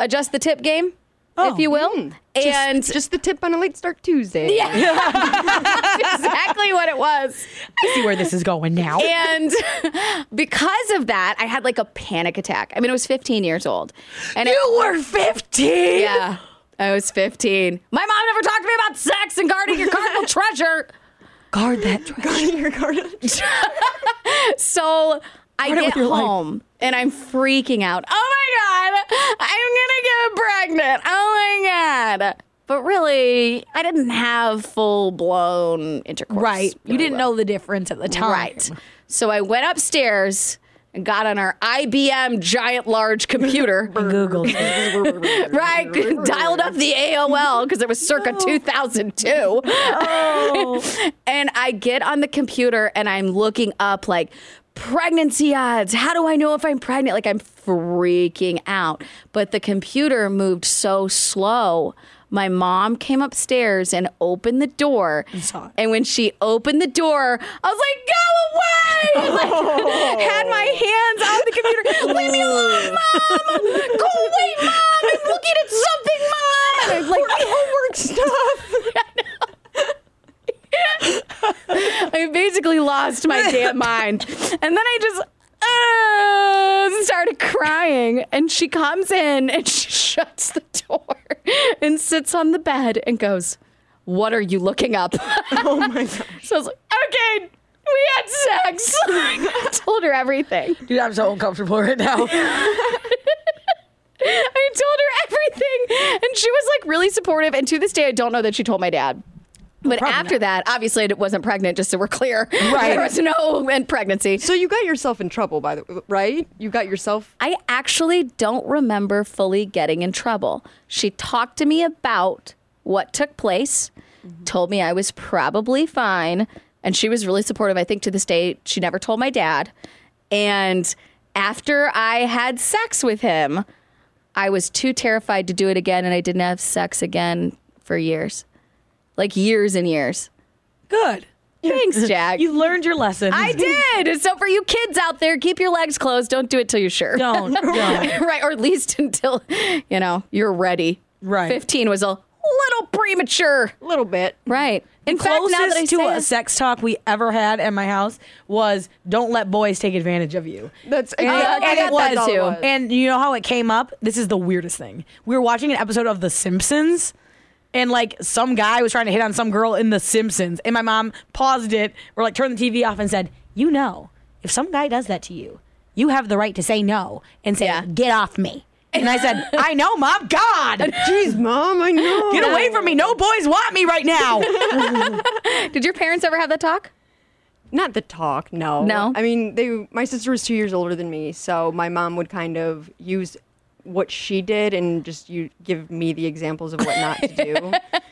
Speaker 2: adjust the tip game,
Speaker 7: Oh,
Speaker 2: if you will, and
Speaker 6: Hmm. Just the tip on a late start Tuesday.
Speaker 2: yeah, that's exactly what it was.
Speaker 7: I see where this is going now.
Speaker 2: And because of that, I had like a panic attack. I mean, I was 15 years old, and it-
Speaker 7: you were fifteen.
Speaker 2: Yeah. I was 15. My mom never talked to me about sex and guarding your cardinal treasure.
Speaker 7: Guard that. Trash.
Speaker 2: So I
Speaker 7: it
Speaker 2: get
Speaker 7: with your life.
Speaker 2: home and I'm freaking out. Oh my God, I'm going to get pregnant. Oh my God. But really, I didn't have full blown intercourse.
Speaker 7: Right. You
Speaker 2: really
Speaker 7: didn't
Speaker 2: well.
Speaker 7: know the difference at the time.
Speaker 2: Right. So I went upstairs and got on our IBM giant large computer.
Speaker 7: Google.
Speaker 2: right? Dialed up the AOL because it was circa 2002. and I get on the computer and I'm looking up like pregnancy odds. How do I know if I'm pregnant? Like I'm freaking out. But the computer moved so slow. My mom came upstairs and opened the door.
Speaker 7: saw it.
Speaker 2: And when she opened the door, I was like, go away! Like, had my hands on the computer. Leave me alone, mom! Go away, mom! I'm looking at something, mom! And I'm like, "Oh, homework stuff. I basically lost my damn mind. And then I just uh, started crying. And she comes in and she shuts the door and sits on the bed and goes, What are you looking up?
Speaker 6: Oh my god.
Speaker 2: So I was like, okay, we had sex. I told her everything.
Speaker 7: Oh Dude, I'm so uncomfortable right now.
Speaker 2: I told her everything. And she was like really supportive. And to this day, I don't know that she told my dad. But
Speaker 7: probably
Speaker 2: after that, obviously, I wasn't pregnant, just so we're clear. Right. There was no and pregnancy.
Speaker 6: So you got yourself in trouble by the right? You got yourself
Speaker 2: I actually don't remember fully getting in trouble. She talked to me about what took place, told me I was probably fine, and she was really supportive. I think to this day, she never told my dad. And after I had sex with him, I was too terrified to do it again, and I didn't have sex again for years like years and years.
Speaker 7: Good.
Speaker 2: Thanks, Jack.
Speaker 7: You learned your lesson.
Speaker 2: I did. So for you kids out there, keep your legs closed. Don't do it till you're sure
Speaker 7: Don't. don't.
Speaker 2: right, or at least until you know you're ready.
Speaker 7: Right.
Speaker 2: Fifteen was a little premature.
Speaker 6: a little bit.
Speaker 2: Right. In fact, now that
Speaker 7: closest
Speaker 2: I
Speaker 7: to
Speaker 2: say
Speaker 7: a
Speaker 2: that-
Speaker 7: sex talk we ever had at my house was "Don't let boys take advantage of you."
Speaker 6: That's
Speaker 2: exactly
Speaker 7: and it
Speaker 2: what that
Speaker 7: was
Speaker 2: too.
Speaker 6: was.
Speaker 7: And you know how it came up? This is the weirdest thing. We were watching an episode of The Simpsons. And like some guy was trying to hit on some girl in The Simpsons, and my mom paused it, or like turned the TV off and said, "You know, if some guy does that to you, you have the right to say no and say,
Speaker 2: Yeah.
Speaker 7: get off me." And I said, "I know, mom. God,
Speaker 6: Jeez, mom, I know.
Speaker 7: get away from me. No boys want me right now."
Speaker 2: Did your parents ever have that talk?
Speaker 6: Not the talk, no.
Speaker 2: No?
Speaker 6: I mean, they. My sister was two years older than me, so my mom would kind of use what she did and just you give me the examples of what not to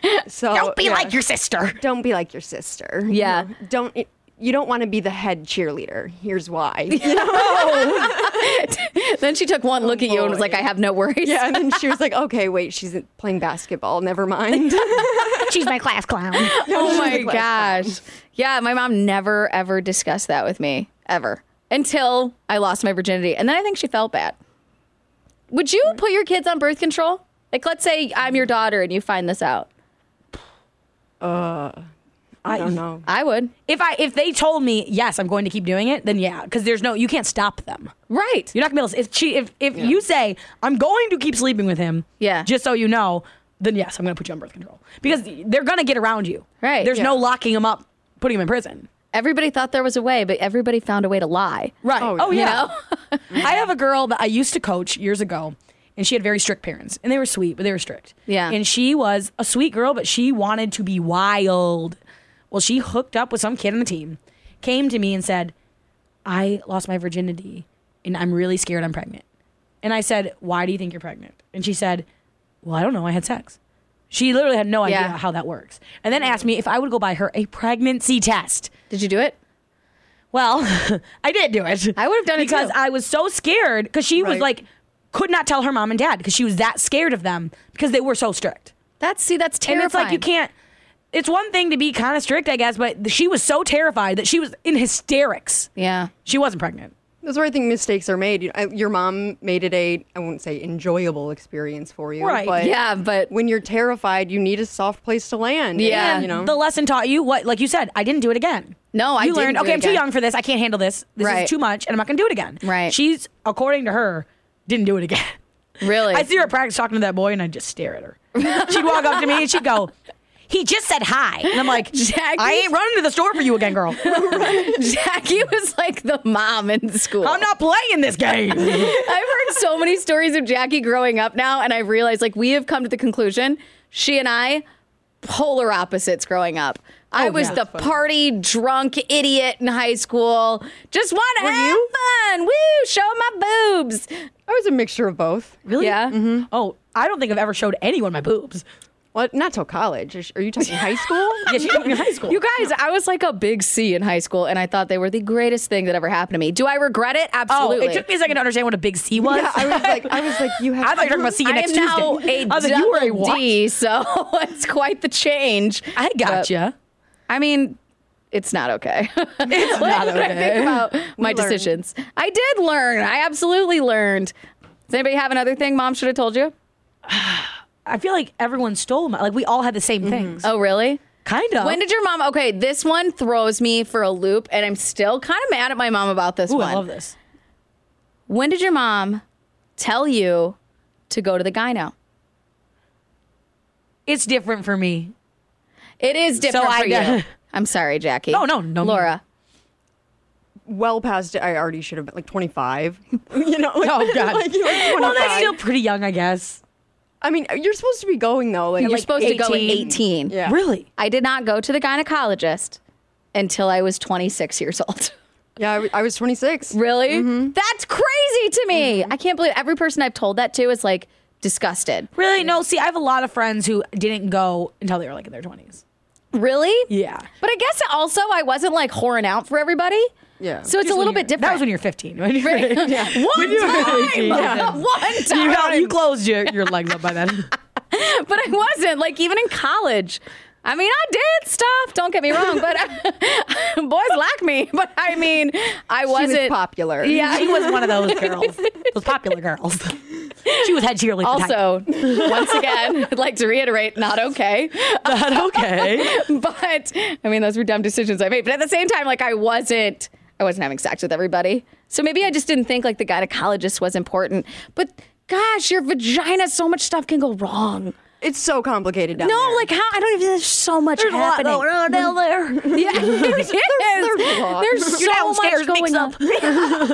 Speaker 6: do. So
Speaker 7: Don't be
Speaker 6: yeah.
Speaker 7: like your sister.
Speaker 6: Don't be like your sister. you
Speaker 2: Yeah.
Speaker 6: know. Don't. It, you don't want to be the head cheerleader. Here's why.
Speaker 2: then she took one look at you and was
Speaker 6: boy.
Speaker 2: like, "I have no worries."
Speaker 6: yeah, and then she was like, "Okay, wait, she's playing basketball. Never mind."
Speaker 7: She's my class clown.
Speaker 2: Oh my gosh. Yeah, my mom never ever discussed that with me ever until I lost my virginity, and then I think she felt bad. Would you put your kids on birth control? Like, let's say I'm your daughter and you find this out.
Speaker 6: I don't know.
Speaker 2: I would.
Speaker 7: if I if they told me yes, I'm going to keep doing it, then yeah, because there's no you can't stop them.
Speaker 2: Right.
Speaker 7: You're not gonna be able to, if she if if you say I'm going to keep sleeping with him,
Speaker 2: Yeah.
Speaker 7: just so you know, then yes, I'm gonna put you on birth control because they're gonna get around you.
Speaker 2: Right.
Speaker 7: There's
Speaker 2: Yeah.
Speaker 7: no locking them up, putting them in prison.
Speaker 2: Everybody thought there was a way, but everybody found a way to lie.
Speaker 7: Right.
Speaker 6: Oh,
Speaker 7: Oh,
Speaker 6: yeah.
Speaker 7: yeah. I have a girl that I used to coach years ago, and she had very strict parents, and they were sweet, but they were strict.
Speaker 2: Yeah.
Speaker 7: And she was a sweet girl, but she wanted to be wild. Well, she hooked up with some kid on the team, came to me and said, I lost my virginity, and I'm really scared I'm pregnant. And I said, Why do you think you're pregnant? And she said, Well, I don't know. I had sex. She literally had no idea
Speaker 2: Yeah.
Speaker 7: how that works. And then asked me if I would go buy her a pregnancy test.
Speaker 2: Did you do it?
Speaker 7: Well, I did do it.
Speaker 2: I would have done it
Speaker 7: because
Speaker 2: too.
Speaker 7: I was so scared because she was
Speaker 6: Right.
Speaker 7: like could not tell her mom and dad because she was that scared of them because they were so strict.
Speaker 2: That's see, that's
Speaker 7: And
Speaker 2: terrifying.
Speaker 7: it's like you can't. It's one thing to be kind of strict, I guess, but she was so terrified that she was in hysterics.
Speaker 2: Yeah.
Speaker 7: She wasn't pregnant.
Speaker 6: That's where I think mistakes are made. You- I- Your mom made it a, I won't say enjoyable experience for you.
Speaker 7: Right.
Speaker 6: But
Speaker 2: Yeah, but
Speaker 6: When you're terrified, you need a soft place to land.
Speaker 2: Yeah.
Speaker 6: You know?
Speaker 7: The lesson taught you what, like you said, I didn't do it again.
Speaker 2: No, I
Speaker 7: you
Speaker 2: didn't
Speaker 7: learned.
Speaker 2: do
Speaker 7: okay,
Speaker 2: it
Speaker 7: I'm too
Speaker 2: again.
Speaker 7: young for this. I can't handle this. This
Speaker 2: Right.
Speaker 7: is too much, and I'm not going to do it again.
Speaker 2: Right.
Speaker 7: She's, according to her, didn't do it again.
Speaker 2: really.
Speaker 7: I see her at practice talking to that boy, and I'd just stare at her. She'd walk up to me and she'd go, "He just said hi," and I'm like,
Speaker 2: Jackie?
Speaker 7: "I ain't running to the store for you again, girl.
Speaker 2: Jackie was like the mom in school.
Speaker 7: I'm not playing this game."
Speaker 2: I've heard so many stories of Jackie growing up now, and I've realized like we have come to the conclusion she and I polar opposites growing up. I was
Speaker 7: Oh, yeah.
Speaker 2: the party drunk idiot in high school. Just want to have
Speaker 6: you?
Speaker 2: fun. Woo! Show my boobs.
Speaker 6: I was a mixture of both.
Speaker 7: really?
Speaker 2: Yeah.
Speaker 7: Oh, I don't think I've ever showed anyone my boobs.
Speaker 6: Well, not till college. Are sh- Are you talking high school?
Speaker 7: Yeah, she told me in high school.
Speaker 2: You guys, I was like a big C in high school, and I thought they were the greatest thing that ever happened to me. Do I regret it?
Speaker 7: oh,
Speaker 2: Absolutely.
Speaker 7: it took me a second to understand what a big C was.
Speaker 6: Yeah, I was like, I was like, you have.
Speaker 7: I thought you were talking about see you
Speaker 2: I
Speaker 7: next
Speaker 2: am now
Speaker 7: Tuesday.
Speaker 2: a
Speaker 7: I was like, you were a
Speaker 2: double
Speaker 7: what?
Speaker 2: D, so it's quite the change.
Speaker 7: I gotcha.
Speaker 2: I mean, it's not okay. it's
Speaker 7: not
Speaker 2: I think about my
Speaker 6: learned.
Speaker 2: decisions. I did learn. I absolutely learned. Does anybody have another thing mom should have told you?
Speaker 7: I feel like everyone stole my. Like we all had the same things.
Speaker 2: Oh, really?
Speaker 7: Kind of.
Speaker 2: When did your mom? Okay, this one throws me for a loop, and I'm still kind of mad at my mom about this
Speaker 7: Ooh,
Speaker 2: one.
Speaker 7: I love this.
Speaker 2: When did your mom tell you to go to the gyno?
Speaker 7: It's different for me.
Speaker 2: It is different
Speaker 7: I
Speaker 2: for
Speaker 7: did-
Speaker 2: you. I'm sorry, Jackie.
Speaker 7: Oh, no, no.
Speaker 2: Laura.
Speaker 6: well past it. I already should have been like 25. you know? Like,
Speaker 7: Oh, God.
Speaker 6: like, you're like
Speaker 7: Well, that's
Speaker 6: 25.
Speaker 7: still pretty young, I guess.
Speaker 6: I mean, you're supposed to be going though. Like,
Speaker 2: You're supposed to go at
Speaker 7: 18.
Speaker 2: 18.
Speaker 6: Yeah.
Speaker 7: Really?
Speaker 2: I did not go to the gynecologist until I was 26 years old.
Speaker 6: yeah. I, w- I was 26.
Speaker 2: Really?
Speaker 7: Mm-hmm.
Speaker 2: That's crazy to me. I can't believe every person I've told that to is like disgusted.
Speaker 7: Really? No. See, I have a lot of friends who didn't go until they were like in their twenties.
Speaker 2: Really?
Speaker 7: Yeah.
Speaker 2: But I guess also I wasn't like whoring out for everybody.
Speaker 6: Yeah.
Speaker 2: So it's a little bit different.
Speaker 7: That was when you were fifteen. When you were,
Speaker 2: One
Speaker 7: you were
Speaker 2: time.
Speaker 7: 18, yeah.
Speaker 2: One time.
Speaker 7: you, got- you closed your, your legs up by then.
Speaker 2: but I wasn't. Like even in college. I mean, I did stuff. Don't get me wrong, but boys like me. But I mean, I
Speaker 6: She was
Speaker 2: wasn't
Speaker 6: popular.
Speaker 2: Yeah,
Speaker 7: she was one of those girls, those popular girls. She was head cheerleader.
Speaker 2: Also, once again, I'd like to reiterate, not okay.
Speaker 7: not okay.
Speaker 2: But I mean, those were dumb decisions I made. But at the same time, like I wasn't, I wasn't having sex with everybody. So maybe I just didn't think like the gynecologist was important. But gosh, your vagina, so much stuff can go wrong.
Speaker 6: It's so complicated down
Speaker 2: No,
Speaker 6: there.
Speaker 2: like how? I don't even. There's so much
Speaker 7: There's a lot
Speaker 2: happening.
Speaker 7: going on down there.
Speaker 2: Yeah, it is.
Speaker 6: there's a lot.
Speaker 2: There's so
Speaker 7: Your
Speaker 2: much
Speaker 7: downstairs
Speaker 2: going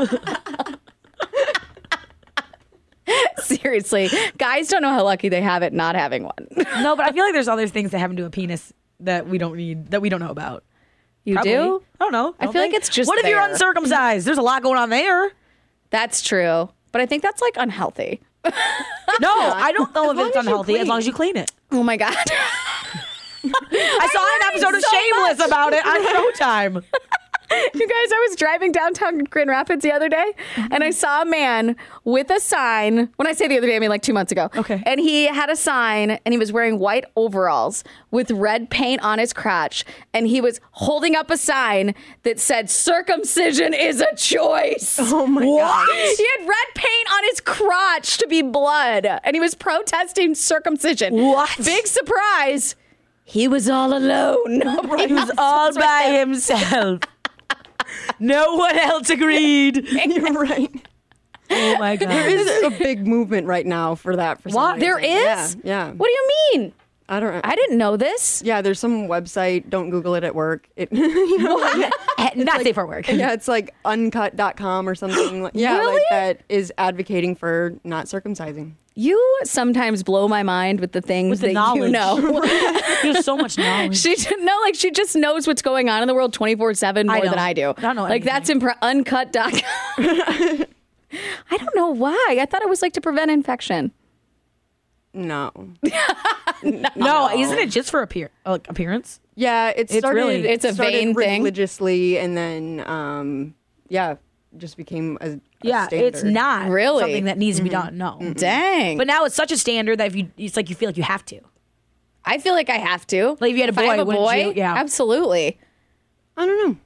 Speaker 7: mix
Speaker 2: on. Seriously, guys don't know how lucky they have it not having one.
Speaker 7: No, but I feel like there's other things that happen to a penis that we don't need that we don't know about.
Speaker 2: You
Speaker 7: Probably.
Speaker 2: do?
Speaker 7: I don't know.
Speaker 2: I
Speaker 7: don't
Speaker 2: feel like
Speaker 7: they?
Speaker 2: it's just
Speaker 7: What if you're
Speaker 2: there.
Speaker 7: uncircumcised? There's a lot going on there.
Speaker 2: That's true. But I think that's like unhealthy.
Speaker 7: No, I don't know if
Speaker 6: long
Speaker 7: it's
Speaker 6: as you
Speaker 7: unhealthy as
Speaker 6: clean.
Speaker 7: long as you clean it.
Speaker 2: Oh my God.
Speaker 7: I saw an episode of Shameless about it on Showtime.
Speaker 2: you guys, I was driving downtown Grand Rapids the other day and I saw a man with a sign. When I say the other day, I mean like two months ago.
Speaker 7: Okay.
Speaker 2: And he had a sign and he was wearing white overalls with red paint on his crotch. And he was holding up a sign that said, Circumcision is a choice.
Speaker 6: oh my god.
Speaker 2: He had red paint on his crotch to be blood, and he was protesting circumcision.
Speaker 7: What?
Speaker 2: Big surprise! He was all alone. Nobody
Speaker 7: He was
Speaker 2: else
Speaker 7: all
Speaker 2: was with
Speaker 7: by
Speaker 2: him.
Speaker 7: himself. no one else agreed.
Speaker 6: You're right.
Speaker 7: Oh my
Speaker 6: There
Speaker 7: god.
Speaker 6: is a big movement right now for that. For some
Speaker 7: What?
Speaker 6: reason.
Speaker 2: There is.
Speaker 6: Yeah. yeah.
Speaker 2: What do you mean?
Speaker 6: I don't.
Speaker 2: I didn't know this.
Speaker 6: yeah, there's some website. Don't Google it at work. It, you know, like-
Speaker 7: Not safe for work.
Speaker 6: yeah, it's like uncut.com or something. like- Yeah,
Speaker 2: Really?
Speaker 6: like that is advocating for not circumcising.
Speaker 2: You sometimes blow my mind with the things
Speaker 7: With the
Speaker 2: that you
Speaker 7: knowledge.
Speaker 2: know.
Speaker 7: There's so much knowledge.
Speaker 2: She should know, like she just knows what's going on in the world twenty four seven more
Speaker 7: I
Speaker 2: than
Speaker 7: don't.
Speaker 2: I do.
Speaker 7: I don't know
Speaker 2: like that's impre- uncut.com. I don't know why. I thought it was like to prevent infection.
Speaker 6: No.
Speaker 7: No, isn't it just for appear like appearance?
Speaker 6: Yeah, it
Speaker 7: It's
Speaker 6: started.
Speaker 7: really-
Speaker 2: It's a
Speaker 6: started
Speaker 2: vain thing.
Speaker 6: religiously, and then um, yeah, just became a, a
Speaker 7: Yeah, it's
Speaker 6: standard.
Speaker 7: not
Speaker 2: Really?
Speaker 7: something that needs to be done. No.
Speaker 2: Dang.
Speaker 7: But now it's such a standard that if you, it's like you feel like you have to.
Speaker 2: I feel like I have to.
Speaker 7: Like, if you had a
Speaker 2: I
Speaker 7: boy,
Speaker 2: have a
Speaker 7: wouldn't
Speaker 2: boy,
Speaker 7: you? Yeah.
Speaker 2: absolutely.
Speaker 6: I don't know.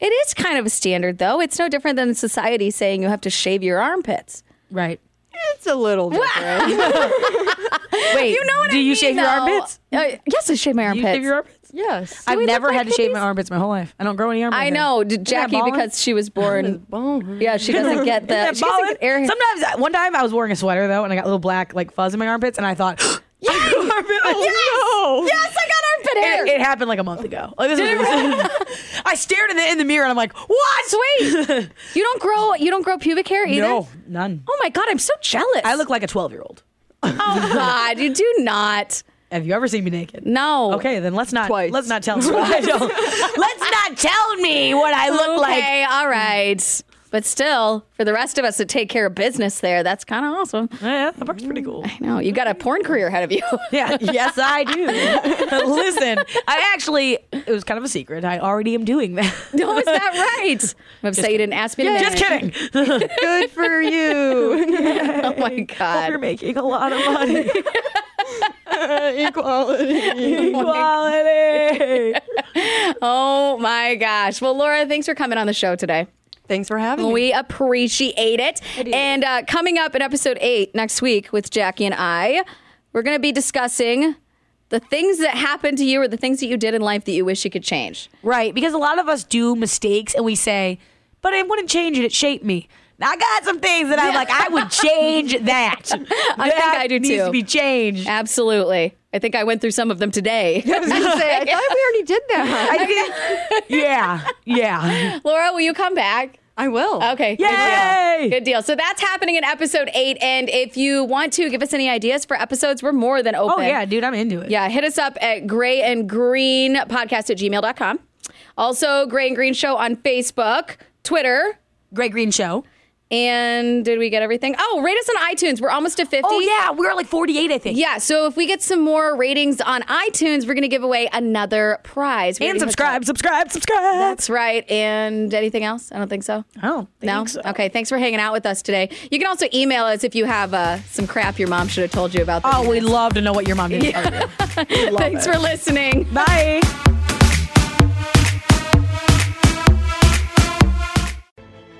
Speaker 2: It is kind of a standard, though. It's no different than society saying you have to shave your armpits.
Speaker 7: Right.
Speaker 6: It's a little different.
Speaker 7: Wait, you know what do you shave your
Speaker 2: No.
Speaker 7: armpits?
Speaker 2: Uh, yes, I shave my
Speaker 7: Do
Speaker 2: armpits.
Speaker 7: you shave your armpits?
Speaker 6: yes.
Speaker 7: I've
Speaker 2: we look
Speaker 7: never
Speaker 2: like
Speaker 7: had to shave my
Speaker 2: hippies?
Speaker 7: armpits my whole life. I don't grow any armpits.
Speaker 2: I know d- Jackie because she was born.
Speaker 6: Bone.
Speaker 2: Yeah, she doesn't get the. She doesn't get air.
Speaker 7: Sometimes, I- one time I was wearing a sweater though, and I got little black like fuzz in my armpits, and I thought, yes, no.
Speaker 2: yes, I got armpit hair.
Speaker 7: It, it happened like a month ago. Like, this was recent. I stared in the in the mirror, and I'm like, what?
Speaker 2: Sweet. you don't grow. You don't grow pubic hair either.
Speaker 7: no, none.
Speaker 2: Oh my god, I'm so jealous.
Speaker 7: I look like a 12 year old.
Speaker 2: Oh god, you do not.
Speaker 7: Have you ever seen me naked?
Speaker 2: No.
Speaker 7: Okay, then let's not
Speaker 6: Twice.
Speaker 7: let's not tell me. what I don't- let's not tell me what I look like.
Speaker 2: Okay, all right. But still, for the rest of us that take care of business there, that's kind of awesome.
Speaker 7: Yeah, that part's pretty cool.
Speaker 2: No, you got a porn career ahead of you.
Speaker 7: Yeah, yes, I do. Listen, I actually, it was kind of a secret. I already am doing that.
Speaker 2: no, is that right? I'm upset you didn't ask me. to
Speaker 7: Just
Speaker 2: marry you.
Speaker 7: kidding. Hope
Speaker 6: Good for you.
Speaker 2: Oh my
Speaker 7: you're
Speaker 2: god.
Speaker 7: making a lot of money.
Speaker 6: Equality.
Speaker 7: Equality.
Speaker 2: Oh my gosh. Well, Laura, thanks for coming on the show today.
Speaker 6: Thanks for having me.
Speaker 2: We appreciate it. And uh, coming up in episode eight next week with Jackie and I, we're going to be discussing the things that happened to you or the things that you did in life that you wish you could change.
Speaker 7: Right, because a lot of us do mistakes and we say, but it wouldn't change it. It shaped me. Now, I got some things that I'm like, I would change that. I
Speaker 2: think I do
Speaker 7: needs
Speaker 2: too.
Speaker 7: to be changed.
Speaker 2: Absolutely. I think I went through some of them today.
Speaker 6: I was gonna say, I thought we already did that.
Speaker 7: I think, yeah, yeah.
Speaker 2: Laura, will you come back?
Speaker 6: I will.
Speaker 2: Okay. good
Speaker 7: Yay!
Speaker 2: deal. Good deal. So that's happening in episode eight. And if you want to give us any ideas for episodes, we're more than open.
Speaker 7: Oh, yeah, dude, I'm into it.
Speaker 2: Yeah. Hit us up at gray and green podcast at gmail.com. Also, Gray and Green Show on Facebook, Twitter.
Speaker 7: Great Green Show.
Speaker 2: And did we get everything? Oh, rate us on iTunes. We're almost to 50.
Speaker 7: Oh, yeah, we were like 48, I think.
Speaker 2: Yeah, so if we get some more ratings on iTunes, we're going to give away another prize. We
Speaker 7: And
Speaker 2: already hooked
Speaker 7: subscribe,
Speaker 2: up-
Speaker 7: subscribe, subscribe.
Speaker 2: That's right. And anything else? I don't think so.
Speaker 7: I don't think
Speaker 2: no?
Speaker 7: so.
Speaker 2: Okay, thanks for hanging out with us today. You can also email us if you have uh, some crap your mom should have told you about. that
Speaker 7: Oh,
Speaker 2: you
Speaker 7: we'd
Speaker 2: missed.
Speaker 7: love to know what your mom did. We love
Speaker 2: Thanks
Speaker 7: it.
Speaker 2: for listening.
Speaker 7: Bye.